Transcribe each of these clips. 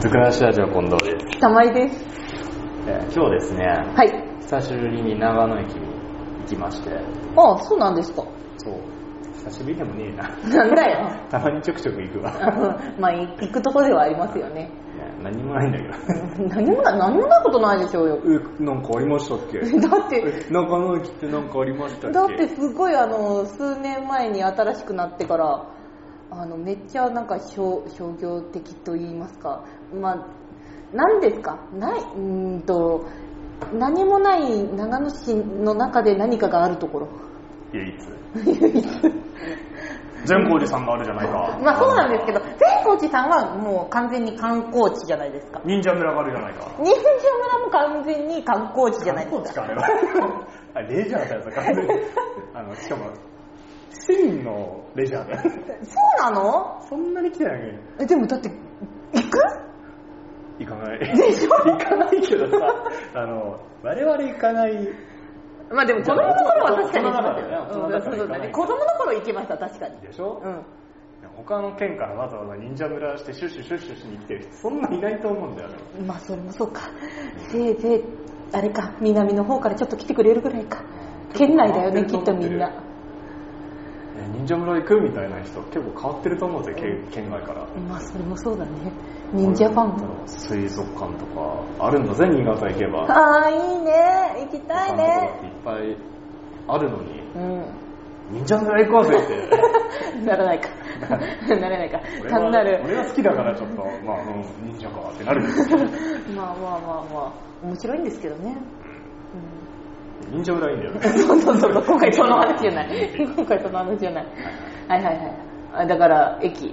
ずくなしラジオ近藤です、たまりです。えー今日ですねはい。久しぶりに長野駅に行きましてああ、そうなんですか。そう久しぶりでもねえな なんだよ。 たまにちょくちょく行くわ、ねあまあ、い行くとこではありますよ ね。何もないんだけ何もな、何もないことないでしょう よ。どえなんかありましたっ け だって、長野駅ってなんかありましただってすごいあの、数年前に新しくなってから、あの、めっちゃなんか商商業的と言いますか。まあ、何ですかない、うーんと、何もない長野市の中で何かがあるところ。 唯一善光寺さんがあるじゃない かまあそうなんですけど、善光寺さんはもう完全に観光地じゃないですか。忍者村があるじゃないか忍者村も完全に観光地じゃないですか。観 光地かあれはあレジャーだよ完全に あのしかも市民のレジャーだよ そうなのそんなに来てないのにえ、でもだって、行く行かない。でしょ行かないけどさ、あの、我々行かない。まあでも子供の頃は確かに行きましたよ。子供うだんかそうらそうだね。子供の頃行きました、確かに。でしょ、うん。他の県からわざわざ忍者村してシュッシュシュッシュしに来てる人、そんないないと思うんだよね。まあそれもそうか。せいぜい、あれか、南の方からちょっと来てくれるぐらいか。県内だよね、きっとみんな。え忍者村行くみたいな人、結構変わってると思うぜ、県県外から。まあそれもそうだね。忍者ファン。水族館とか、あるんだぜ、新潟行けば。ああ、いいね。行きたいね。いっぱいあるのに、うん。忍者村行こうぜって。 ならな いか。ならないか。俺は単なる。俺は好きだからちょっと、まあ、うん、忍者かってなるけど。 まあまあまあまあ、面白いんですけどね。うん忍者村いいんだよね。 そうそうそうそう、今回その話じゃない。今回その話じゃない。はいはいはい。あだから、駅、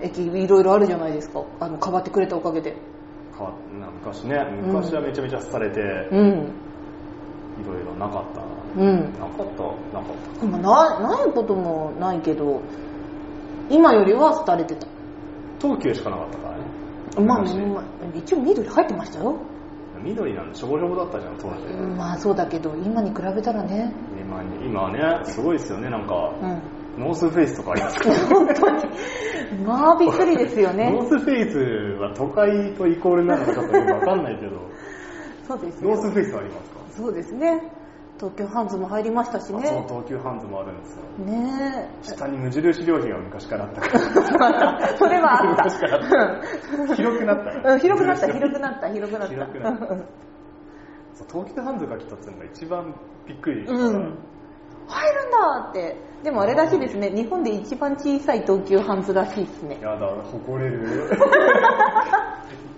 駅駅いろいろあるじゃないですか。あの、かばってくれたおかげで。変わっな昔ね昔はめちゃめちゃされて、うん。いろいろなかったなうん。なかったなかっまあな、ないこともないけど、今よりは廃れてたた。東急しかなかったからねまあ、昔まあ一応緑入ってましたよ。緑なんでしょぼしょぼだったじゃん当時、まあそうだけど、今に比べたらね。今に今はねすごいですよねなんか、うん。ノースフェイスとかありますか 本当に。まあびっくりですよら、ね。 ノースフェイスは都会とイコールなのかちょっとよくわかんないけ どそうですノよースフェイスはありますか、そうですね。東京ハンズも入りましたしあね。そう東急ハンズもあるんですよ ね下に無印良品が昔からあったから え。それはあった昔から広くなったうん。ようん広くなった、広くなった、広くなった。広くなったそう東急ハンズが来たっていうのが一番びっくりでしたから、うん。入るんだって。でもあれらしいですね。日本で一番小さい東急ハンズらしいですね。やだ、誇れる。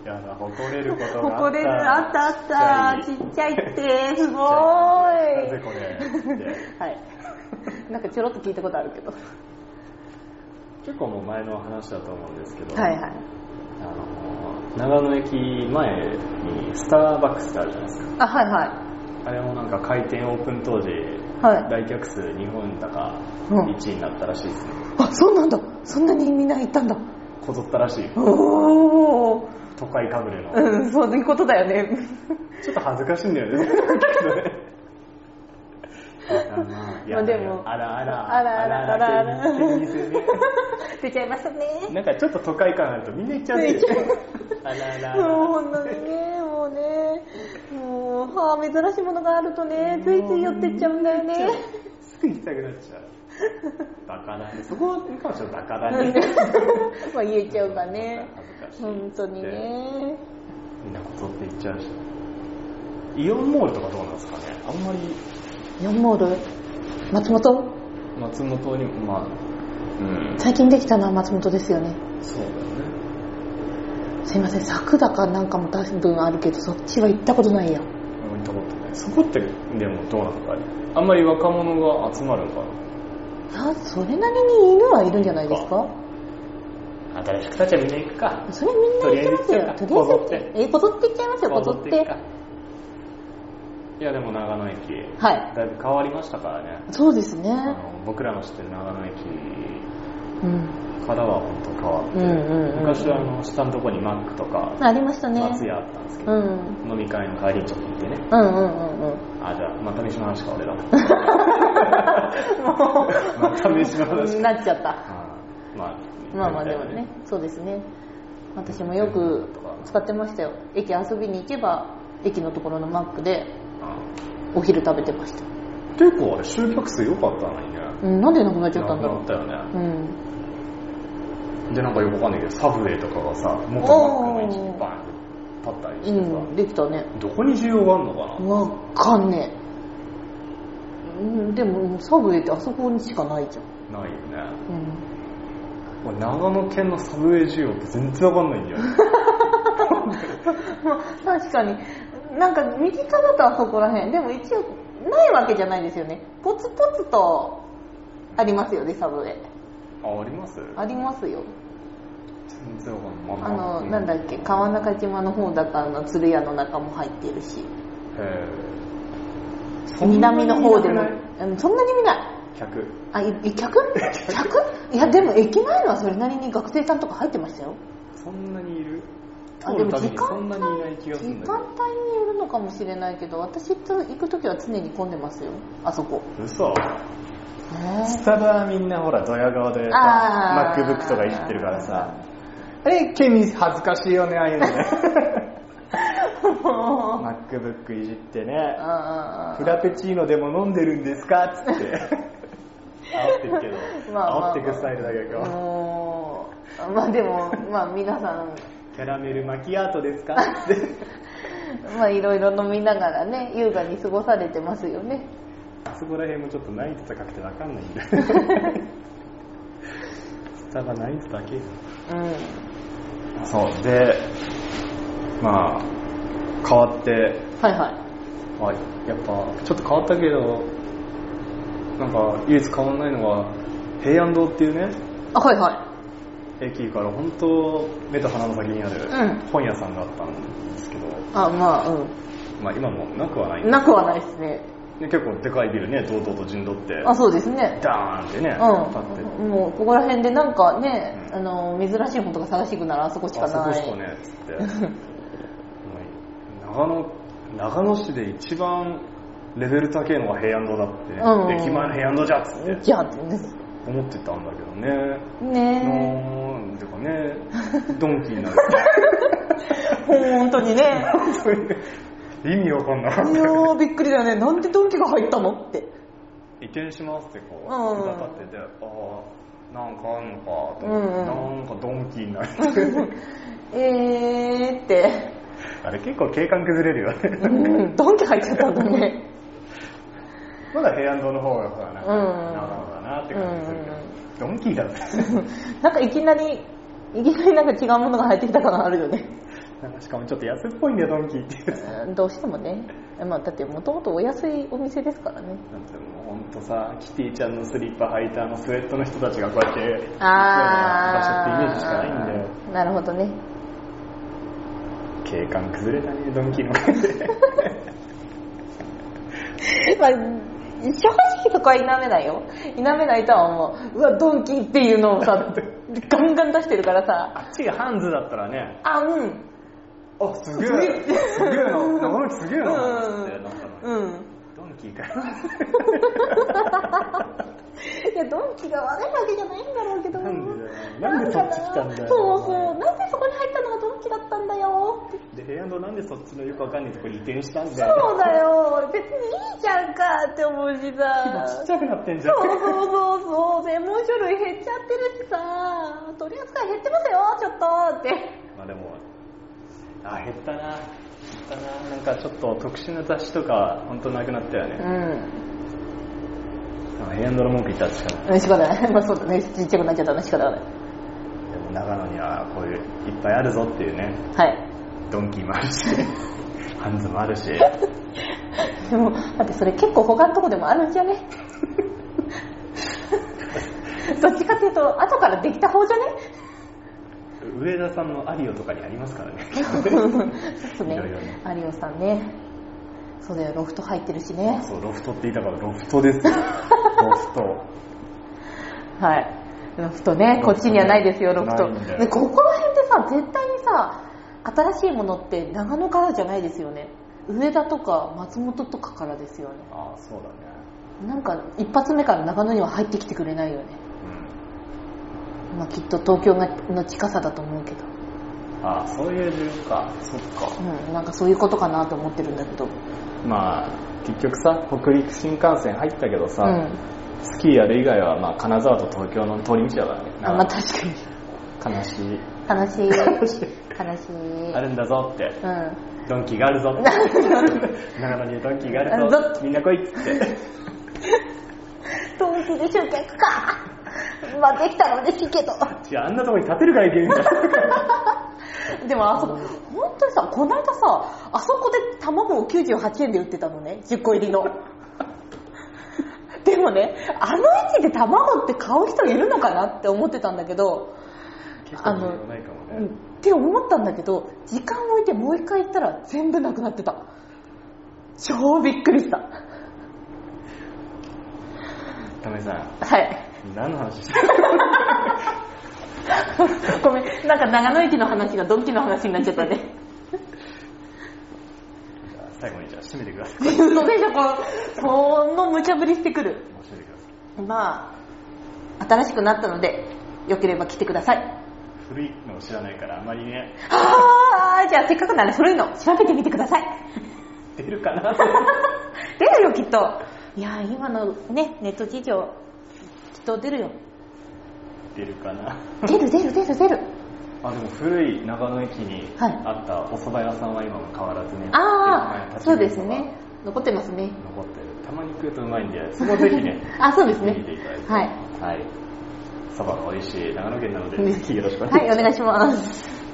やだ、誇れることがあった。誇れる、あったあった、ちちっちっちゃいって、すごーい。ゃい。なぜこれって はい。なんかちょろっと聞いたことあるけど。結構もう前の話だと思うんですけど、はいはい。あの長野駅前にスターバックスってあるじゃないですか。あ、はいはあれもなんか開店オープン当時、はい来客数日本だかうん1位になったらしいですね。い。あ、そうなんだ。そんなにみんな行ったんだ。こぞったらしい。おー。都会かぶれの。うん、そういうことだよね。ちょっと恥ずかしいんだよね。いやまあでもあらあら、あらあらあらあらって言いそうね出ちゃいましたね。なんかちょっと都会感あるとみんな行っちゃうんだよ行っね。あらあらあもうら。本当にね、もうね、もう、はあ、珍しいものがあるとね、ついつい寄ってっちゃうんだよね。すぐ行きたくなっちゃう。バカだね。そこに関してはバカだうんね。まあ言えちゃうかね。恥ずかしい。本当にね。みんなこぞって行っちゃうし。イオンモールとかどうなんですかね。あんまり4モール松本松本にも、まあ、うん。最近できたのは松本ですよね。そうだよね。すいません、柵だかなんかも多分あるけど、そっちは行ったことないや。行ったことないそこってでもどうなのかねあんまり若者が集まるのかあ、それなりに犬はいるんじゃないですかな新しくたちはみんな行くかそれみんな行ってますとりよ。とりああえず行っちえずゃう行って。え、こぞって行っちゃいますよ、こぞって。いやでも長野駅はい。だいぶ変わりましたからねそうですね。あの僕らの知ってる長野駅うん。からは本当変わって、うんうんうん昔はあの下のとこにマックとかありましたね。松屋あったんですけうど、ん。うん飲み会の帰りにちょっと行ってねうんうん うん。あじゃあまた飯の話か俺 だもまた飯の話かなっちゃった。あーまあまあまあでもね、そうですね。私もよく使ってましたよ駅遊びに行けば駅のところのマックでお昼食べてました、結構あれ集客数良かったのにねうん、なんでなくなっちゃったんだなろったよねううんでなんかよくわかんないけどサブウェイとかがさもっとマックの位置にバーンって立ったりうしてさ、んできたねどこに需要があるのかな、わかんねえうんでもサブウェイってあそこにしかないじゃんないよねうん俺長野県のサブウェイ需要って全然わかんないんだよねまあ確かになんか身近だとあそこら辺でも一応ないわけじゃないですよねポツポツとありますよねサブウェイあありますありますよ全然わかんないあのなんだへっけ川中島の方だからの鶴屋の中も入ってるしえ南の方でそんなにいもなくないうんそんなに見ない客あいい客客いやでも駅前のはそれなりに学生さんとか入ってましたよそんなにいるあ通でるもたび時に間そんなにいない気がす帯るにんだけどよるのかもしれないけど私と行く時は常に混んでますよあそこ嘘へスタバはみんなほらドヤ顔であさー MacBook とかいじってるからさあれケミ恥ずかしいよねああいうの ね MacBook いじってねフラペチーノでも飲んでるんですかっつ って煽ってるけど まあまあまあ煽ってくスタイルだけどもうまあでもまあ皆さんキャラメルマキアートです かまあいろいろ飲みながらね優雅に過ごされてますよねそこら辺もちょっと泣いてたかくてわかんないんだスタバ泣いてただけうんそうでまあ変わってはいはいまあやっぱちょっと変わったけどなんか唯一変わんないのが平安堂っていうねあはいはい駅から本当目と鼻の先にあるうん本屋さんがあったんですけど、あまあうまあ今もなくはないんんでなくはないですねで結構でかいビルね堂々と陣取ってあそうですねダーンってね、立ってうんもうここら辺でなんかね、うんあの珍しい本とか探していくならあそこしかあそないこしかねっつってお前長野長野市で一番レベル高いのが平安堂だって、ねうん駅前の平安堂じゃっつって じゃあってね思ってたんだけどねねなんていうかねドンキに なるえ本当にね意味わかんなかっいたやよねーびっくりだよねなんでドンキが入ったのって移転しますってこううん旗立っててああなんかあんのかとうん思って、なんかドンキにな るえーって、あれ結構景観崩れるよねうん、ドンキ入っちゃったんだねまだ平安堂の方がほらなんかうん長野だなって感じするけど、ドンキーだねなんかいきなりいきなりなんか違うものが入ってきた感あるよねなんかしかもちょっと安っぽいんだよドンキーっていううんどうしてもね、まあ、だってもともとお安いお店ですからねなんていうのもうほんとさキティちゃんのスリッパ履いたあのスウェットの人たちがこうやって行くような場所ってイメージしかないんだよなるほどね景観崩れたねドンキーの感じで まあ、正直そこは否めないよ否めないとは思ううわドンキっていうのをさガンガン出してるからさ あっちがハンズだったらねあうんあすげえすげえすげえな長野 すげえなうんってなったのにうん ドンキー からいやドンキが悪いわけじゃないんだろうけどなんでだよなんでそっち来たんだよそうそうなんでそこに入ったのがドンキだったんだよってで平安堂なんでそっちのよくわかんないとこに移転したんだよそうだよ別にいいじゃんかって思うしちさっちゃくなってんじそゃんうそうそうそう専門書類減っちゃってるしさ取り扱い減ってますよちょっとってまあでも、あ、減ったな。減ったな。なんかちょっと特殊な雑誌とか、ほんとなくなったよね。うんなんか平安堂の文句言ったらしかない。うん、仕方ない。まあそうだね。ちっちゃくなっちゃったの仕方がない。でも長野にはこういう、いっぱいあるぞっていうね。はい。ドンキーもあるし、 ハンズもあるし。でも、だってそれ結構他のとこでもあるんじゃ ねどっちかっていうと、後からできた方 じゃね上田さんのアリオとかにありますからね。 そうねいろいろね。有吉さんね。そうだよ、ロフト入ってるしね。そう、ロフトって言いたからロフトですよ。ロフト。はい。ロフトね、こっちにはないですよ、ロフト。ないんだよでここら辺ってさ、絶対にさ、新しいものって長野からじゃないですよね。上田とか松本とかからですよね。ああ、そうだね。なんか一発目から長野には入ってきてくれないよね。まあ、きっと東京がの近さだと思うけどうん。ああ、そういう理由か。そっか。うん、なんかそういうことかなと思ってるんだけど。まあ、結局さ、北陸新幹線入ったけどさ、うん。スキーやる以外は、まあ、金沢と東京の通り道だからね。あ、まあ確かに。悲しい。悲 しい。悲しい。あるんだぞって。うん。ドンキがあるぞって。長野にドンキがあるあるぞ。みんな来いっつって。東北で集客か。まあできたら嬉しいけど。違う、あんなとこに立てるからいけるんだ。 でもあそこ、本当にさ、こないださ、あそこで卵を98円で売ってたのね、10個入りの。 でもね、あの位置で卵って買う人いるのかなって思ってたんだけど、結構理由ないかもうね。んって思ったんだけど、時間置いてもう一回行ったら全部なくなってた。超びっくりした。ダメさん、はい。 何の話してるごめん、なんか長野駅の話がドンキの話になっちゃったね。じゃあ最後にじゃあ締めてください。 嘘でしょ、この、その無茶ぶりしてくる。もう締めてください。まあ、新しくなったので、よければ来てください。古いのを知らないからあまりね、あー、じゃあせっかくなら古いの調べてみてください。 出るかな出るよ、きっと。いやー、今のね、ネット事情、きっと出るよ。出るかな出る出る出る出る。あ、でも古い長野駅にはいあったお蕎麦屋さんは今も変わらずね、あー、そうです駅前に立ち寄るのがね。残ってますね。残ってる。たまに食うとうまいんで、そこぜひね、 あ、そうですね見ていただい。てはい。はい。蕎麦が美味しい長野県なので、うぜんひよろしくお願いしますはい、お願いします。